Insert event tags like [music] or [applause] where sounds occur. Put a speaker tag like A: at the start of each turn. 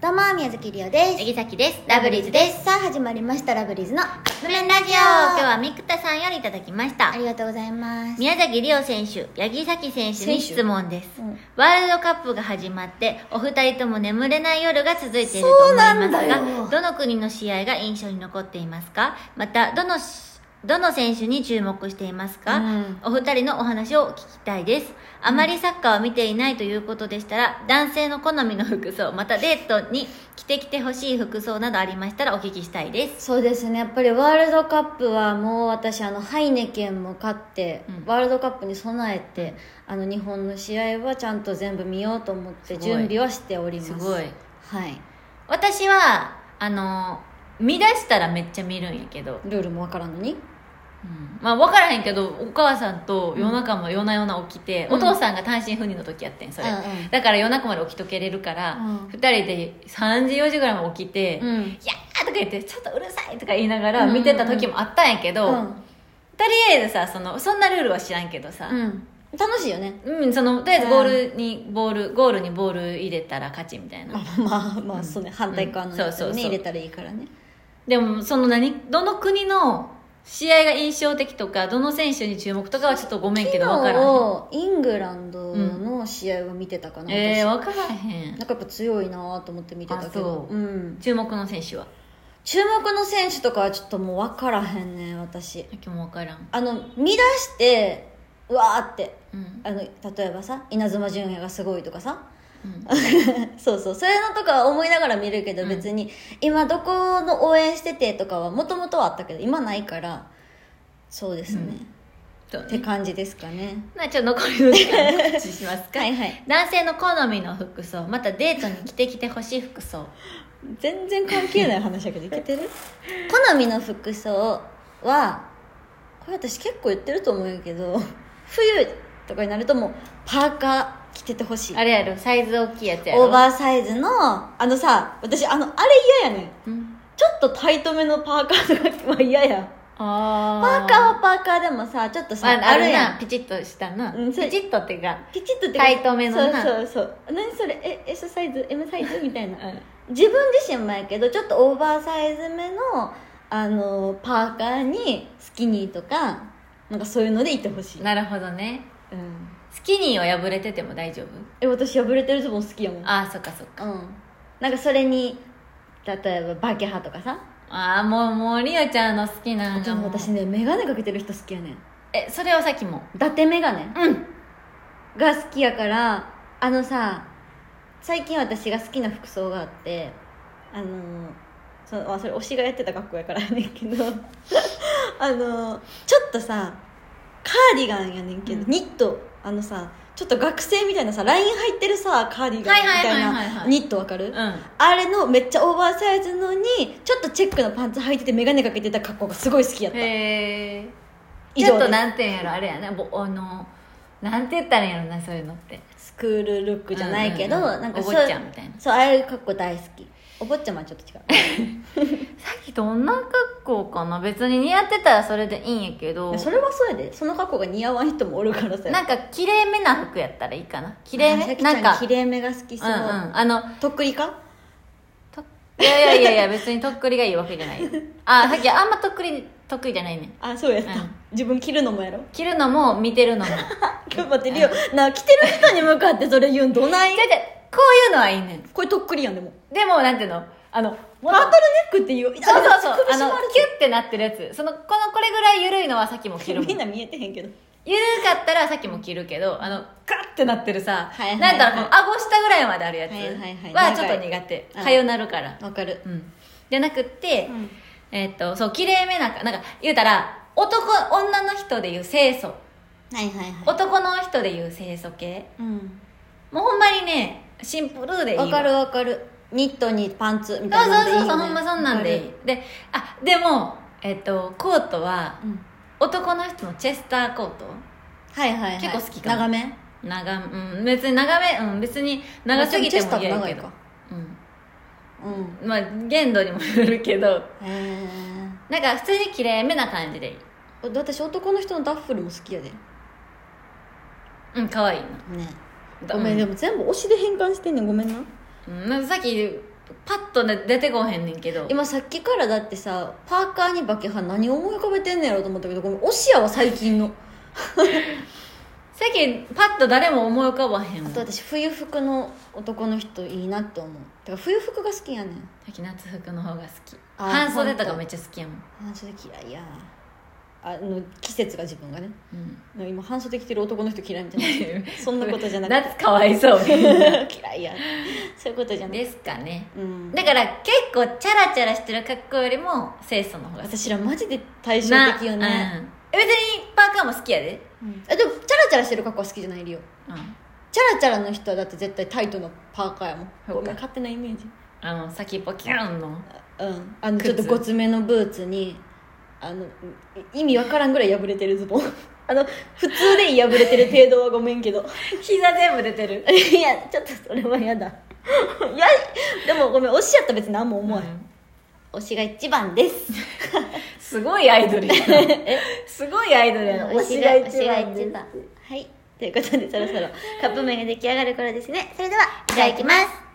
A: どうも、宮崎りおです。
B: えぎさきです
A: ラブリーズです。さあ、始まりました、ラブリーズの
B: ブレンラジオ今日はミクタさんよりいただきました
A: ありがとうございます。
B: 宮崎りお選手八木崎選手に
A: 選手
B: 質問です、
A: うん
B: ワールドカップが始まってお二人とも眠れない夜が続いていると思います
A: そうなんだよ
B: がどの国の試合が印象に残っていますかまたどのしどの選手に注目していますか、
A: うん
B: お二人のお話を聞きたいですあまりサッカーを見ていないということでしたら男性の好みの服装またデートに着てきてほしい服装などありましたらお聞きしたいです
C: そうですねやっぱりワールドカップはもう私あのハイネケンも勝って、
B: うん
C: ワールドカップに備えてあの日本の試合はちゃんと全部見ようと思っ
B: す
C: て
B: ごい
C: 準備はしております
B: すごい
C: はい
B: 私はあの見出したらめっちゃ見るんやけど、
C: ルールもわからんのに
B: まあ分からへんけどお母さんと夜中も夜な夜な起きて、
C: うん
B: お父さんが単身赴任の時やってんそれ、
C: うんうん
B: だから夜中まで起きとけれるから、
C: うん
B: 二人で3時4時ぐらいも起きて
C: う
B: 「い
C: ん
B: やー!」とか言って「ちょっとうるさい!」とか言いながら
C: うんうんうん
B: 見てた時もあったんやけど、
C: うん
B: とりあえずさそのそんなルールは知らんけどさ、
C: うん楽しいよね
B: うん、そのとりあえずゴールにボールゴールにボール入れたら勝ちみたいな
C: まあまあまあそうね反対側の
B: うん
C: やつ
B: そうそう
C: を
B: そう
C: ね入れたらいいからね
B: でもその何どの国の試合が印象的とかどの選手に注目とかはちょっとごめんけ
C: 昨
B: ど分からへ
C: 日イングランドの試合は見てたかな、
B: んえ
C: 私
B: ー、分からへん
C: なんかやっぱ強いなと思って見てたけど
B: あそう
C: うん
B: 注目の選手は
C: 注目の選手とかはちょっともう分からへんね私
B: 今日も分からん、
C: あの見出してうわーって
B: うん
C: あの例えばさ稲妻純也がすごいとかさ [laughs]
B: うん、
C: そうそうそういうのとかは思いながら見るけど
B: うん
C: 別に、今どこの応援しててとかはもともとはあったけど今ないからそうですね、
B: そう
C: って
B: ね
C: 感じですかね
B: まあちょっと残りの時間の話しますか
C: はいはい
B: 男性の好みの服装またデートに着てきてほしい服装
C: 全然関係ない話
B: [laughs]
C: だけどいけてる好みの服装はこれ私結構言ってると思うんやけど [laughs] 冬とかになるともうパーカー着ててほしい
B: あれやろサイズ大きいやつやろ
C: オーバーサイズのあのさ私あのあれ嫌やねん
B: うん、
C: ちょっとタイトめのパーカーとかは嫌やパ
B: あ
C: ーカー
B: ー
C: はパーカーでもさちょっとさ、
B: まあ、ある
C: や
B: なんピチッとしたな、
C: うんそれ
B: ピチッとっていうか
C: ピチッとって
B: タイトめのな
C: そうそうそう何それえ S サイズ M サイズみたいな自分自身もやけどちょっとオーバーサイズめのあのパーカーにスキニーとかなんかそういうのでいてほしい、
B: なるほどね
C: うん、
B: スキニーは破れてても大丈夫
C: え私破れてるズボン好きやもん
B: ああそっかそっか
C: うんなんかそれに例えばバケハとかさ
B: ああもうもうリオちゃんの好きな
C: あ
B: ん
C: と
B: が
C: ね
B: もう
C: 私ね眼鏡かけてる人好きやねん
B: えそれはさっきも
C: 伊達眼鏡
B: うん
C: が好きやからあのさ最近私が好きな服装があってあのそのあそれ推しがやってた学校やからやねんけど [laughs] あのちょっとさカーディガンやねんけど、
B: うん
C: ニットあのさちょっと学生みたいなさライン入ってるさカーディガンみたい
B: はいはいはいはいは
C: ないニットわかる、
B: うん
C: あれのめっちゃオーバーサイズのにちょっとチェックのパンツ履いてて眼鏡かけてた格好がすごい好きやった
B: へえ
C: 以
B: ちょ
C: 上で
B: っと
C: す
B: なんていうんやろあれやなぼあのなんて言ったらいいんやろなそういうのって
C: スクールルックじゃないけど、
B: うんうんうん
C: なんか
B: お坊
C: そう
B: ちゃんみたいな
C: そうああいう格好大好きお坊ちゃまはちょっと違
B: さっきと女格好かな別に似合ってたらそれでいいんやけど
C: うそれはそうやでその格好が似合わん人もおるからさ
B: なんかきれいめな服やったらいいかなきれいめなんか
C: きれいめが好き
B: う
C: そ
B: ん
C: う、
B: うんあの
C: とっくりか
B: といやいやいやいや別にとっくりがいいわけじゃないよあさっきあんまとっくり得意じゃないね
C: あそうやった、
B: うん
C: 自分着るのもやろ
B: 着るのも見て
C: [laughs]
B: るのも
C: 頑張ってるよなあ着てる人に向かってそれ言うんどない
B: だってこういうのはいいねん
C: これとっくりやんでも
B: でもなんていうのあの
C: タ
B: も
C: ー
B: っ
C: ト
B: と
C: ルネックっていう
B: そうそうそうあ
C: 首
B: の
C: 絞まれて
B: キュッてなってるやつそのこのこれぐらい緩いのはさっきも着
C: [laughs]
B: るもん
C: みん
B: 緩
C: な見えてへんけど
B: かったらさっきも着るけどあのカッてなってるさ、
C: はいはいはい
B: なんだろうこの顎下ぐらいまであるやつ
C: はいはいはい
B: はちょっと苦手
C: うん
B: かよなるから、
C: わかる
B: うん、じゃなくって、
C: うん
B: えっとそうきれいめなんかなんか言うたら男女の人で言う清楚
C: はいはいはい
B: 男の人で言う清楚系
C: うん
B: もうほんまにねシンプルでいいわ
C: わかるわかるニットにパンツみ
B: そ
C: た
B: う
C: いな
B: そ
C: のでいい
B: うそう
C: よ
B: そう、
C: ね
B: ほんまそんなんでいい
C: わか
B: であでもえっとコートは
C: るうん
B: 男の人のチェスターコート
C: はいはい、はい、
B: 結構好きかも
C: 長め
B: 長うん別に長めうん別に長すぎても嫌やけど
C: うん
B: うんまあ限度にもよるけど
C: へ
B: なんか普通にきれいめな感じでいい
C: え私男の人のダッフルも好きやでね
B: うん可愛いな
C: ごめん、でも全部推しで変換してんねんごめんな
B: うん、うんなんかさっきパッと、ね、出てこへんねんけど
C: 今さっきからだってさパーカーにバケハン何思い浮かべてんねやろと思ったけどごめんオシアは最近の
B: 最近パッと誰も思い浮かばへ
C: あ
B: んわ
C: と
B: さ
C: 私冬服の男の人いいなって思うだから冬服が好きやねん
B: っき夏服の方が好き
C: あ
B: 半袖とか
C: ほんと
B: めっちゃ好きやもん、
C: 半袖嫌いやあの季節が自分がね
B: うん、
C: 今半袖着てる男の人嫌いみたいな [laughs] そんなことじゃなくて
B: 夏かわいそう
C: [laughs] 嫌いやそういうことじゃなくて
B: ですかね
C: うん
B: だから結構チャラチャラしてる格好よりも清楚の方が好き
C: 私らマジで対照的よ
B: な
C: ね、
B: うんえ別にパーカーも好きやで、
C: うんあでもチャラチャラしてる格好は好きじゃない理由
B: うん、
C: チャラチャラの人はだって絶対タイトのパーカーやもん
B: そっか
C: ごめん勝手なイメージ
B: あの先っぽキューンの
C: うんあの
B: 靴
C: ちょっとごつめのブーツにあの意味わからんぐらい破れてるズボン [laughs] あの普通でいい破れてる程度はごめんけど
B: 膝全部出てる
C: [laughs] いやちょっとそれは嫌だ [laughs] いやでもごめん推しやったら別に何も思わへん、推しが一番です
B: すごいアイドルや [laughs] なすごいアイドルやな
C: 推しが一番ですはいということでそろそろカップ麺が出来上がる頃ですね
A: それではいただきます